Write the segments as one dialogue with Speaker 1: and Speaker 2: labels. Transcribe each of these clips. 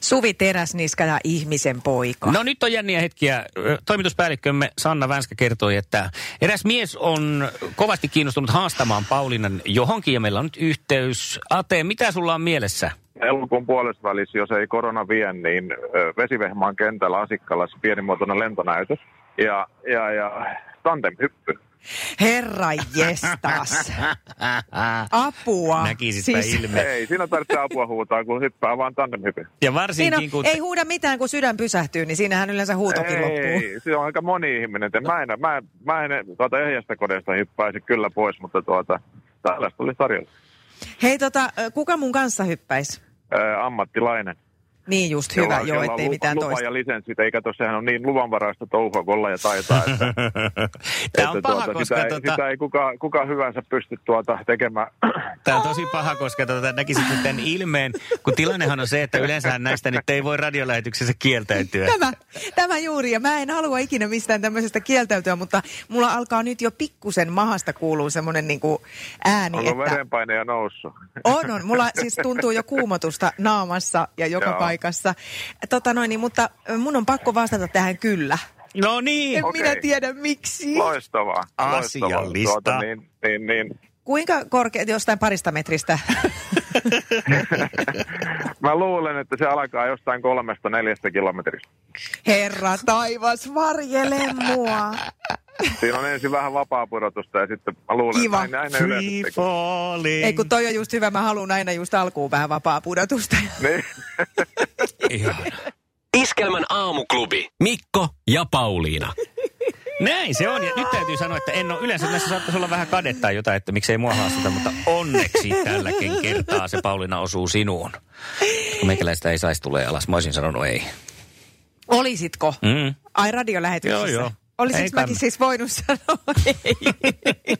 Speaker 1: Suvi Teräsniska ja ihmisen poika.
Speaker 2: No nyt on jänniä hetkiä. Toimituspäällikkömme Sanna Vänskä kertoi, että eräs mies on kovasti kiinnostunut haastamaan Paulinan johonkin ja meillä on nyt yhteys. Ate, mitä sulla on mielessä?
Speaker 3: Elokuun puolessa välissä, jos ei korona vie, niin ö, Vesivehmaan kentällä Asikkalassa pienimuotoinen lentonäytös ja, ja, ja tandemhyppy.
Speaker 1: Herra jestas.
Speaker 3: Ah,
Speaker 1: Apua.
Speaker 2: Näkisitpä siis... ilme.
Speaker 3: Ei, siinä tarvitse apua huutaa, kun hyppää vaan tandemhypy.
Speaker 2: Ja
Speaker 1: Siinä
Speaker 2: varsinkin
Speaker 1: on,
Speaker 3: Niin no,
Speaker 2: kun...
Speaker 1: ei huuda mitään, kun sydän pysähtyy, niin siinähän yleensä huutokin loppuu.
Speaker 3: Ei, se on aika moni ihminen. Te- Mä en, mä, en- mä en tuota ehjästä kodeesta hyppäisi kyllä pois, mutta tuota, tällaista oli tarjolla.
Speaker 1: Hei tota, kuka mun kanssa hyppäisi?
Speaker 3: Ö, ammattilainen.
Speaker 1: Niin just, hyvä, joo,
Speaker 3: on
Speaker 1: ettei
Speaker 3: lu-
Speaker 1: mitään
Speaker 3: lupa
Speaker 1: toista.
Speaker 3: ja lisenssit, eikä tosiaan on niin luvanvaraista touhua kuin olla ja taitaa. Että,
Speaker 2: Tämä on
Speaker 3: että
Speaker 2: paha,
Speaker 3: tuota,
Speaker 2: koska...
Speaker 3: sitä, ei-
Speaker 2: Tota...
Speaker 3: sitä ei kuka, kuka hyvänsä pysty tuota tekemään.
Speaker 2: Tämä on tosi paha, koska tota, näkisit nyt tämän ilmeen, kun tilannehan on se, että yleensähän näistä nyt ei voi radiolähetyksessä kieltäytyä.
Speaker 1: Tämä, tämä juuri, ja mä en halua ikinä mistään tämmöisestä kieltäytyä, mutta mulla alkaa nyt jo pikkusen mahasta kuuluu semmoinen niinku ääni,
Speaker 3: Onko
Speaker 1: että
Speaker 3: verenpaine ja noussut?
Speaker 1: on, on. Mulla siis tuntuu jo kuumotusta naamassa ja joka
Speaker 3: Joo.
Speaker 1: paikassa. Tota noin, niin, mutta mun on pakko vastata tähän kyllä.
Speaker 2: No niin.
Speaker 1: En
Speaker 3: Okei.
Speaker 1: minä tiedä miksi.
Speaker 3: Loistavaa. loistavaa.
Speaker 2: Asiallista.
Speaker 3: Tuota, niin, niin, niin.
Speaker 1: Kuinka korkea, jostain parista metristä?
Speaker 3: Mä luulen, että se alkaa jostain kolmesta neljästä kilometristä.
Speaker 1: Herra taivas, varjele mua.
Speaker 3: Siinä on ensin vähän vapaa pudotusta ja sitten mä luulen,
Speaker 1: Kiva.
Speaker 3: että näin, näin
Speaker 2: Free
Speaker 3: yleensä tekee.
Speaker 2: falling.
Speaker 1: Ei kun toi on just hyvä, mä haluan aina just alkuun vähän vapaa pudotusta.
Speaker 3: Niin.
Speaker 2: Ihana.
Speaker 4: Iskelmän aamuklubi. Mikko ja Pauliina.
Speaker 2: Näin se on. Ja nyt täytyy sanoa, että en ole yleensä näissä saattaisi olla vähän kadetta tai jotain, että miksei mua haasteta, mutta onneksi tälläkin kertaa se Pauliina osuu sinuun. Kun Meikäläistä ei saisi tulee alas. Mä olisin sanonut ei.
Speaker 1: Olisitko?
Speaker 2: Mm.
Speaker 1: Ai radiolähetyksessä?
Speaker 2: Joo, joo. Ei
Speaker 1: Olisinko mäkin
Speaker 2: kannata.
Speaker 1: siis voinut sanoa ei?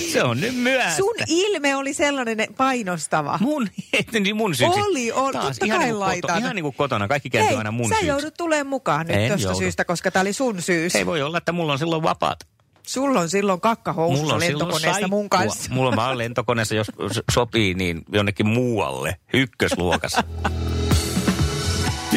Speaker 2: Se on nyt myöhäistä.
Speaker 1: Sun ilme oli sellainen painostava.
Speaker 2: Mun, et, niin mun syyksi.
Speaker 1: Oli, oli.
Speaker 2: Taas,
Speaker 1: Totta
Speaker 2: ihan
Speaker 1: kai
Speaker 2: niin kuin koto-
Speaker 1: laitan.
Speaker 2: Ihan niin kuin kotona. Kaikki kääntyy aina mun
Speaker 1: sä
Speaker 2: syyksi.
Speaker 1: joudut tulemaan mukaan nyt
Speaker 2: En
Speaker 1: tuosta
Speaker 2: joudu.
Speaker 1: syystä, koska tää oli sun syys.
Speaker 2: Ei voi olla, että mulla on silloin vapaat.
Speaker 1: Sulla on silloin kakka
Speaker 2: Mulla
Speaker 1: housussa
Speaker 2: on silloin
Speaker 1: lentokoneesta mun
Speaker 2: saikkua.
Speaker 1: kanssa.
Speaker 2: Mulla mä oon lentokoneessa, jos so- sopii, niin jonnekin muualle. Ykkösluokassa.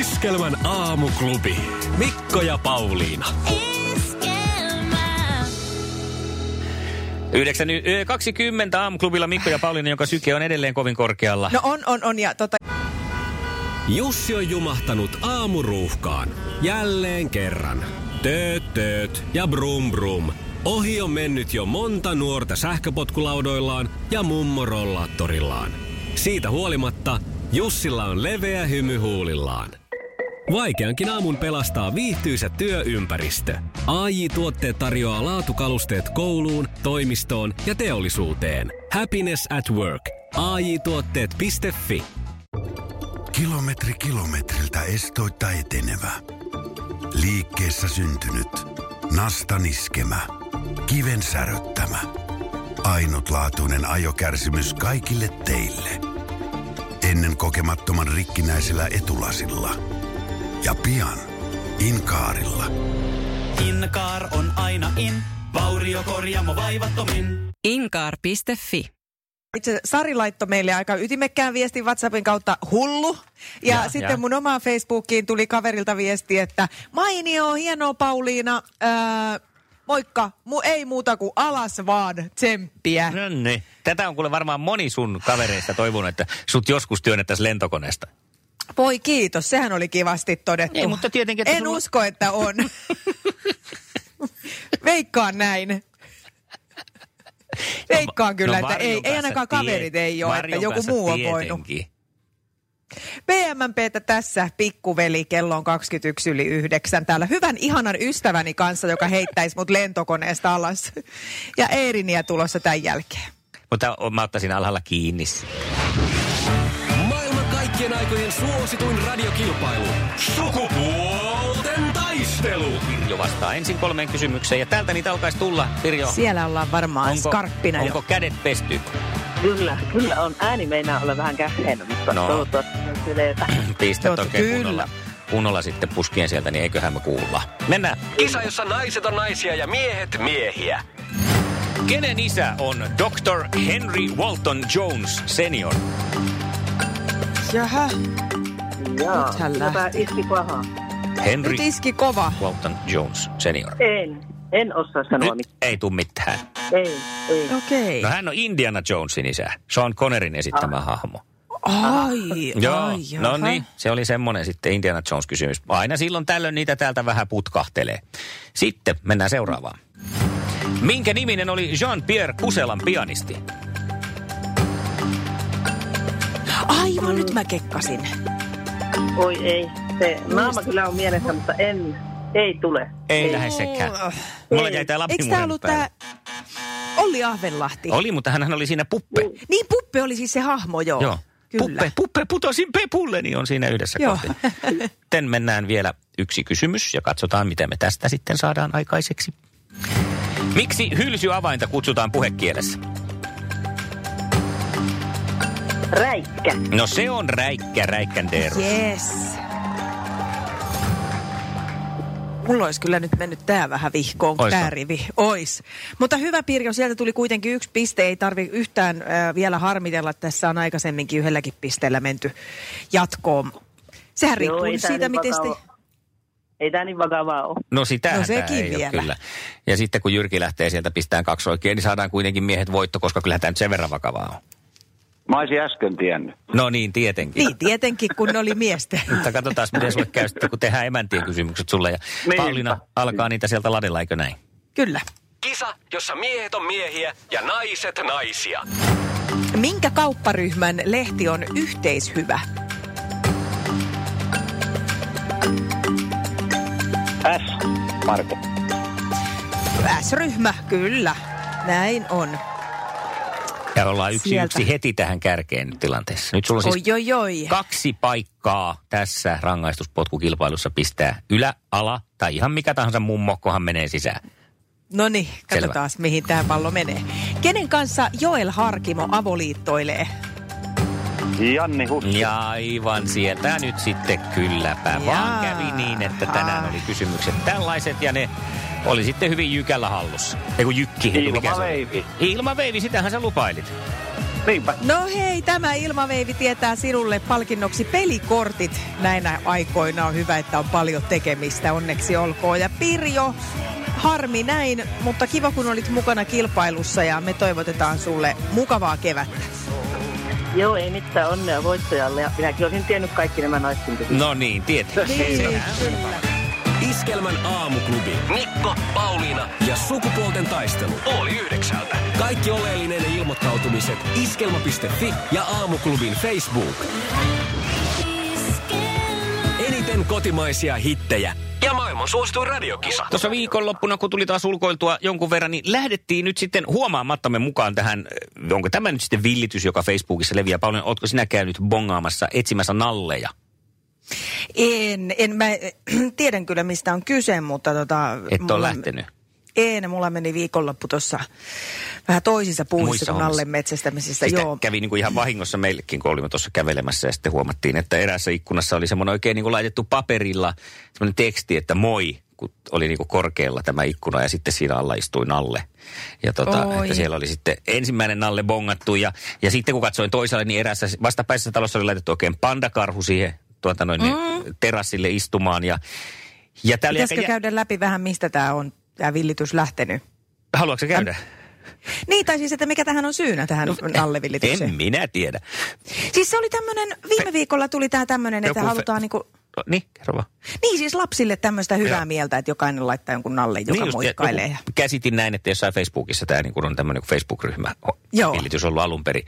Speaker 4: Iskelmän aamuklubi. Mikko ja Pauliina.
Speaker 2: 9.20 aamuklubilla Mikko ja Pauliina, jonka syke on edelleen kovin korkealla.
Speaker 1: No on, on, on. Ja tota,
Speaker 4: Jussi on jumahtanut aamuruuhkaan. Jälleen kerran. Tööt, tööt ja brum brum. Ohi on mennyt jo monta nuorta sähköpotkulaudoillaan ja mummorollaattorillaan. Siitä huolimatta Jussilla on leveä hymy huulillaan. Vaikeankin aamun pelastaa viihtyisä työympäristö. AJ Tuotteet tarjoaa laatukalusteet kouluun, toimistoon ja teollisuuteen. Happiness at work. AJ Tuotteet.fi
Speaker 5: Kilometri kilometriltä estoitta etenevä. Liikkeessä syntynyt. Nasta niskemä. Kiven säröttämä. Ainutlaatuinen ajokärsimys kaikille teille. Ennen kokemattoman rikkinäisellä etulasilla. Ja pian Inkaarilla.
Speaker 6: Inkaar on aina in. Vauriokorjaamo vaivattomin.
Speaker 7: Inkaar.fi.
Speaker 1: itse Sari laittoi meille aika ytimekkään viestin WhatsAppin kautta hullu. Ja, ja
Speaker 2: Ja,
Speaker 1: sitten
Speaker 2: ja.
Speaker 1: ja. mun omaan Facebookiin tuli kaverilta viesti, että mainio, hienoa Pauliina. Ää, moikka, mu ei muuta kuin alas vaan tsemppiä.
Speaker 2: No niin. Tätä on kuule varmaan moni sun kavereista toivonut, että sut joskus työnnettäisiin lentokoneesta.
Speaker 1: Voi kiitos, sehän oli kivasti todettu.
Speaker 2: Ei, mutta tietenkin, että
Speaker 1: en
Speaker 2: sulla-
Speaker 1: usko, että on. Veikkaan näin. Veikkaan kyllä, että ei,
Speaker 2: Varjon
Speaker 1: ei
Speaker 2: kanssa
Speaker 1: ainakaan
Speaker 2: No, tie-
Speaker 1: kaverit ei ole, että
Speaker 2: Varjon
Speaker 1: joku
Speaker 2: kanssa
Speaker 1: muu on
Speaker 2: tietenkin.
Speaker 1: voinut. PMPtä tässä, pikkuveli, kello on 21 yli 9 täällä. Hyvän ihanan ystäväni kanssa, joka heittäisi mut lentokoneesta alas. Ja Eeriniä tulossa tämän jälkeen.
Speaker 2: Mutta mä ottaisin alhaalla kiinni.
Speaker 4: Maailman kaikkien kaikkien aikojen suosituin radiokilpailu. Sukupuolten taistelu.
Speaker 2: Pirjo vastaa ensin kolmeen kysymykseen ja täältä niitä alkaisi tulla. Pirjo,
Speaker 1: Siellä ollaan varmaan
Speaker 2: onko,
Speaker 1: skarppina
Speaker 2: onko
Speaker 1: jo.
Speaker 2: kädet pesty?
Speaker 8: Kyllä, kyllä on. Ääni meinaa olla vähän käheenä, mutta
Speaker 2: No.
Speaker 8: no. toivottavasti on syleitä.
Speaker 2: Pistät
Speaker 1: Joo,
Speaker 2: oikein
Speaker 1: kyllä.
Speaker 2: kunnolla, kunnolla sitten puskien sieltä, niin eiköhän me kuulla. Mennään.
Speaker 4: Kisa, jossa naiset on naisia ja miehet miehiä.
Speaker 2: Kenen isä on Dr. Henry Walton Jones senior?
Speaker 1: Jaha,
Speaker 8: Jaa,
Speaker 1: Nyt hän
Speaker 8: tämä
Speaker 1: lähti.
Speaker 8: iski paha.
Speaker 2: Henry
Speaker 1: nyt iski kova.
Speaker 2: Walton Jones senior.
Speaker 8: En, en osaa sanoa
Speaker 2: Nyt
Speaker 8: mitään.
Speaker 2: ei tule mitään.
Speaker 8: Ei, ei.
Speaker 1: Okei.
Speaker 2: No hän on Indiana Jonesin isä. Sean Connerin esittämä
Speaker 8: Ah.
Speaker 2: hahmo.
Speaker 1: Ai, ai,
Speaker 2: no
Speaker 1: jaha.
Speaker 2: niin, se oli semmoinen sitten Indiana Jones-kysymys. Aina silloin tällöin niitä täältä vähän putkahtelee. Sitten mennään seuraavaan. Minkä niminen oli Jean-Pierre Kuselan pianisti?
Speaker 1: Aivan, nyt mä kekkasin.
Speaker 8: Oi ei. Se naama kyllä on mielessä, mutta en, ei tule.
Speaker 2: Ei lähde sekään. Mulla jäi tää
Speaker 1: Eikö
Speaker 2: lapsi
Speaker 1: tää ollut tää Olli Ahvenlahti?
Speaker 2: Oli, mutta hän oli siinä puppe.
Speaker 1: Niin, Puppe oli siis se hahmo, joo.
Speaker 2: Joo.
Speaker 1: Kyllä.
Speaker 2: Puppe, puppe, putosin pepulle, niin on siinä yhdessä
Speaker 1: Joo.
Speaker 2: kohti. Sitten mennään vielä yksi kysymys ja katsotaan, miten me tästä sitten saadaan aikaiseksi. Miksi hylsyavainta kutsutaan puhekielessä?
Speaker 8: Räikkä.
Speaker 2: No se on räikkä, räikkändeero.
Speaker 1: Yes. Mulla olisi kyllä nyt mennyt tää vähän vihkoon, kun
Speaker 2: Ois
Speaker 1: tää
Speaker 2: on.
Speaker 1: rivi. Ois. Mutta hyvä Pirjo, sieltä tuli kuitenkin yksi piste. Ei tarvi yhtään äh, vielä harmitella. Tässä on aikaisemminkin yhdelläkin pisteellä menty jatkoon. Sehän riippuu
Speaker 8: Joo, ei
Speaker 1: nyt
Speaker 8: tää
Speaker 1: siitä,
Speaker 8: niin
Speaker 1: miten
Speaker 8: vakava-
Speaker 1: sitä...
Speaker 8: Ei tämä niin vakavaa ole.
Speaker 2: No sitä
Speaker 1: No
Speaker 2: no,
Speaker 1: sekin
Speaker 2: ei ole
Speaker 1: vielä.
Speaker 2: kyllä. Ja sitten kun Jyrki lähtee sieltä pistämään kaksi oikein, niin saadaan kuitenkin miehet voitto, koska kyllä tämä nyt sen verran vakavaa on.
Speaker 9: Mä olisin äsken tiennyt.
Speaker 2: No niin, tietenkin.
Speaker 1: Niin, tietenkin, kun ne oli miesten.
Speaker 2: Mutta katsotaan, miten sulle käy sitten, kun tehdään emäntien kysymykset sulle. Ja
Speaker 9: Niinpä.
Speaker 2: Pauliina alkaa niitä sieltä ladella, eikö näin?
Speaker 1: Kyllä.
Speaker 4: Kisa, jossa miehet on miehiä ja naiset naisia.
Speaker 1: Minkä kaupparyhmän lehti on yhteishyvä?
Speaker 9: S, Marko.
Speaker 1: S-ryhmä, kyllä. Näin on.
Speaker 2: No Ja ollaan yksi,
Speaker 1: Sieltä.
Speaker 2: yksi heti tähän kärkeen nyt tilanteessa. Nyt sulla on siis
Speaker 1: Oi, oi, oi.
Speaker 2: kaksi paikkaa tässä rangaistuspotkukilpailussa pistää ylä, ala tai ihan mikä tahansa mummo, kunhan menee sisään.
Speaker 1: No niin,
Speaker 2: Selvä.
Speaker 1: katsotaan mihin tämä pallo menee. Kenen kanssa Joel Harkimo avoliittoilee?
Speaker 9: Janni Hussi.
Speaker 2: Ja aivan sieltä nyt sitten kylläpä
Speaker 1: Jaa.
Speaker 2: vaan kävi niin, että tänään oli kysymykset tällaiset ja ne oli sitten hyvin jykällä hallussa. Eiku jykki. eiku mikä se oli?
Speaker 9: Ilmaveivi.
Speaker 2: Ilmaveivi, sitähän sä lupailit.
Speaker 9: Niinpä.
Speaker 1: No hei, tämä ilmaveivi tietää sinulle palkinnoksi pelikortit. Näinä aikoina on hyvä, että on paljon tekemistä, onneksi olkoon. Ja Pirjo, harmi näin, mutta kiva kun olit mukana kilpailussa ja me toivotetaan sulle mukavaa kevättä.
Speaker 8: Joo, ei mitään onnea voittajalle. Ja minäkin olisin tiennyt kaikki nämä naisten kysymykset.
Speaker 2: No niin, tietenkin.
Speaker 4: Iskelmän aamuklubi. Mikko, Pauliina ja sukupuolten taistelu. Oli yhdeksältä. Kaikki oleellinen ilmoittautumiset iskelma.fi ja aamuklubin Facebook. Eniten kotimaisia hittejä ja maailman suosituin radiokisa.
Speaker 2: Tuossa viikonloppuna, kun tuli taas ulkoiltua jonkun verran, niin lähdettiin nyt sitten huomaamattamme mukaan tähän, äh, onko tämä nyt sitten villitys, joka Facebookissa leviää paljon. Ootko sinä käynyt bongaamassa, etsimässä nalleja?
Speaker 1: En, en mä tiedän kyllä mistä on kyse, mutta tota...
Speaker 2: Et ole
Speaker 1: mulla-
Speaker 2: lähtenyt.
Speaker 1: En, mulla meni viikonloppu tuossa vähän toisissa
Speaker 2: Muissa
Speaker 1: puissa kuin
Speaker 2: hommissa.
Speaker 1: alle metsästämisestä.
Speaker 2: Sitä
Speaker 1: Joo.
Speaker 2: kävi niin kuin ihan vahingossa meillekin, kun olimme tuossa kävelemässä ja sitten huomattiin, että eräässä ikkunassa oli semmoinen oikein niin kuin laitettu paperilla semmoinen teksti, että moi, kun oli niin kuin korkealla tämä ikkuna ja sitten siinä alla istui Nalle. Ja tota,
Speaker 1: Oi.
Speaker 2: että siellä oli sitten ensimmäinen Nalle bongattu ja, ja sitten kun katsoin toiselle, niin eräässä vastapäisessä talossa oli laitettu oikein pandakarhu siihen tuota noin, mm. terassille istumaan ja ja tää oli aika,
Speaker 1: Pitäisikö
Speaker 2: jä-
Speaker 1: käydä läpi vähän, mistä tämä on, tämä villitys lähtenyt?
Speaker 2: Haluatko sä käydä?
Speaker 1: Niin, tai siis, että mikä tähän on syynä tähän no,
Speaker 2: En
Speaker 1: nallevilitykseen?
Speaker 2: minä tiedä.
Speaker 1: Siis se oli tämmöinen, viime viikolla tuli tämä tämmöinen, että
Speaker 2: Joku fe-
Speaker 1: halutaan niinku
Speaker 2: Niin, kerro vaan.
Speaker 1: Niin siis lapsille tämmöistä hyvää
Speaker 2: Joo.
Speaker 1: mieltä, että jokainen laittaa jonkun nalle, joka
Speaker 2: niin
Speaker 1: niin
Speaker 2: just,
Speaker 1: moikkailee.
Speaker 2: joku- käsitin näin, että jossain Facebookissa tämä niin on tämmöinen Facebook-ryhmä on
Speaker 1: Joo.
Speaker 2: villitys ollut alun perin.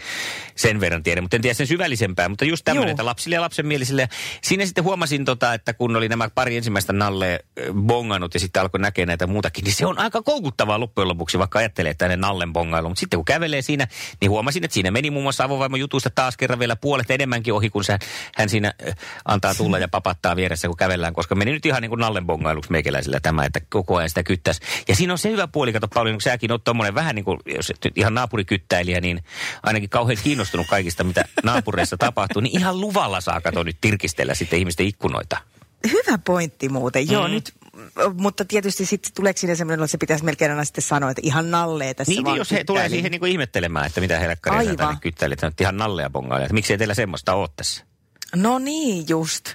Speaker 2: Sen verran tiedän, mutta en tiedä sen syvällisempää. Mutta just tämmöinen,
Speaker 1: Joo.
Speaker 2: että lapsille ja lapsenmielisille. Siinä sitten huomasin, tota, että kun oli nämä pari ensimmäistä nalle ö, bongannut ja sitten alkoi näkee näitä muutakin, niin se on aika koukuttavaa loppujen lopuksi, vaikka ajattelee, että ne nallen bongailu. Mutta sitten kun kävelee siinä, niin huomasin, että siinä meni muun muassa avovaimon jutusta taas kerran vielä puolet enemmänkin ohi, kun se, hän siinä ö, antaa tulla ja papattaa vieressä, kun kävellään, koska meni nyt ihan niin kuin nallen bongailuksi meikäläisillä tämä, että koko ajan sitä kyttäisi. Ja siinä on se hyvä puoli, kato Pauli, kun säkin oot tommonen vähän niin kuin, jos et nyt ihan naapurikyttäilijä, niin ainakin kauhean kiinnostunut kaikista, mitä naapureissa tapahtuu, niin ihan luvalla saa kato nyt tirkistellä sitten ihmisten ikkunoita.
Speaker 1: Hyvä pointti muuten,
Speaker 2: Mm.
Speaker 1: joo nyt, mutta tietysti sitten tuleeko siinä semmoinen, että se pitäisi melkein aina sitten sanoa, että ihan nallee tässä
Speaker 2: Niin,
Speaker 1: vaan
Speaker 2: niin, jos he tulee
Speaker 1: kyttäilin.
Speaker 2: siihen niin kuin ihmettelemään, että mitä helkkaria sä
Speaker 1: Aivan.
Speaker 2: tänne kyttäilet, että ihan nallea bongailee, että miksei teillä semmoista ole tässä.
Speaker 1: No niin, just.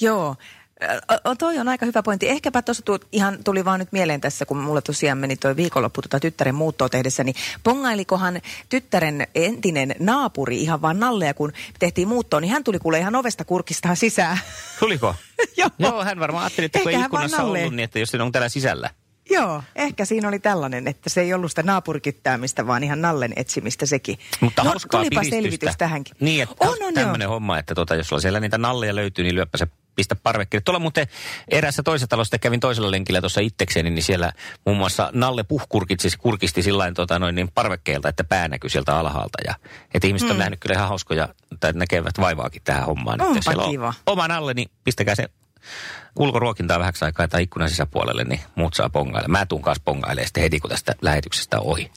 Speaker 1: Joo. Ö, ö, toi on aika hyvä pointti. Ehkäpä tuossa tu, ihan tuli vaan nyt mieleen tässä, kun mulla tosiaan meni toi viikonloppu tuota tyttären muuttoa tehdessä, niin pongailikohan tyttären entinen naapuri ihan vaan nalleja, kun tehtiin muuttoa, niin hän tuli kuule ihan ovesta kurkistaa sisään.
Speaker 2: Tuliko?
Speaker 1: Joo.
Speaker 2: Joo, No, hän varmaan ajatteli, että kun ei
Speaker 1: Ehkä hän vaan
Speaker 2: ikkunassa
Speaker 1: nallee.
Speaker 2: ollut, niin että jos se on täällä sisällä.
Speaker 1: Joo, ehkä siinä oli tällainen, että se ei ollut sitä naapurikyttäämistä, vaan ihan nallen etsimistä sekin.
Speaker 2: Mutta
Speaker 1: no,
Speaker 2: hauskaa
Speaker 1: tulipa
Speaker 2: piristystä.
Speaker 1: selvitys tähänkin.
Speaker 2: Niin, että
Speaker 1: on, on, joo.
Speaker 2: tämmöinen homma, että tota, jos sulla siellä niitä nalleja löytyy, niin lyöppä se pistä parvekkeelle. Tuolla muuten eräässä toisessa talossa, kävin toisella lenkillä tuossa itsekseni, niin siellä muun muassa Nalle puhkurkitti, kurkisti sillain tota, noin niin parvekkeelta, että pää näkyy sieltä alhaalta. Ja, että ihmiset
Speaker 1: Mm.
Speaker 2: on nähnyt kyllä ihan hauskoja, tai näkevät vaivaakin tähän hommaan. Että
Speaker 1: Onpa
Speaker 2: jos siellä on
Speaker 1: kiva.
Speaker 2: Oma Nalle, niin pistäkää se ulkoruokintaa vähäksi aikaa tai ikkunan sisäpuolelle, niin muut saa pongailla. Mä tuun kanssa pongailemaan sitten heti, kun tästä lähetyksestä on ohi.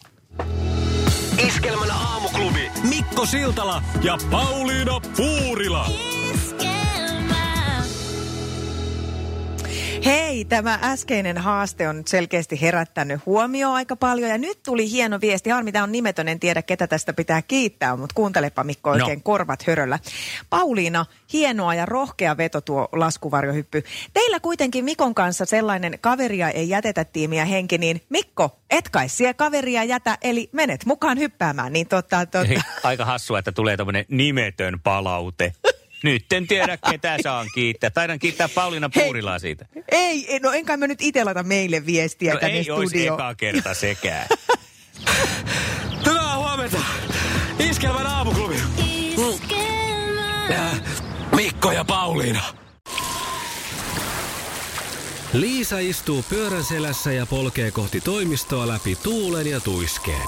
Speaker 4: Iskelmän aamuklubi Mikko Siltala ja Pauliina Puurila.
Speaker 1: Hei, tämä äskeinen haaste on nyt selkeästi herättänyt huomioon aika paljon. Ja nyt tuli hieno viesti. Harmi, tämä on nimetön, en tiedä ketä tästä pitää kiittää, mutta kuuntelepa Mikko
Speaker 2: No.
Speaker 1: oikein korvat höröllä. Pauliina, hienoa ja rohkea veto tuo laskuvarjohyppy. Teillä kuitenkin Mikon kanssa sellainen kaveria ei jätetä tiimiä henki, niin Mikko, et kai siellä kaveria jätä, eli menet mukaan hyppäämään. Niin totta, totta.
Speaker 2: Aika hassua, että tulee tämmöinen nimetön palaute. Nyt en tiedä, ketä saan kiittää. Taidan kiittää Pauliina
Speaker 1: Hei.
Speaker 2: Puurilaa siitä.
Speaker 1: Ei, ei, no enkä mä nyt itse laita meille viestiä
Speaker 2: No
Speaker 1: tänne
Speaker 2: ei olisi
Speaker 1: studioon.
Speaker 2: ekaa kerta sekään.
Speaker 4: Hyvää huomenta. Iskelmän aamuklubi. Äh, Mikko ja Pauliina. Liisa istuu pyörän selässä ja polkee kohti toimistoa läpi tuulen ja tuiskeen.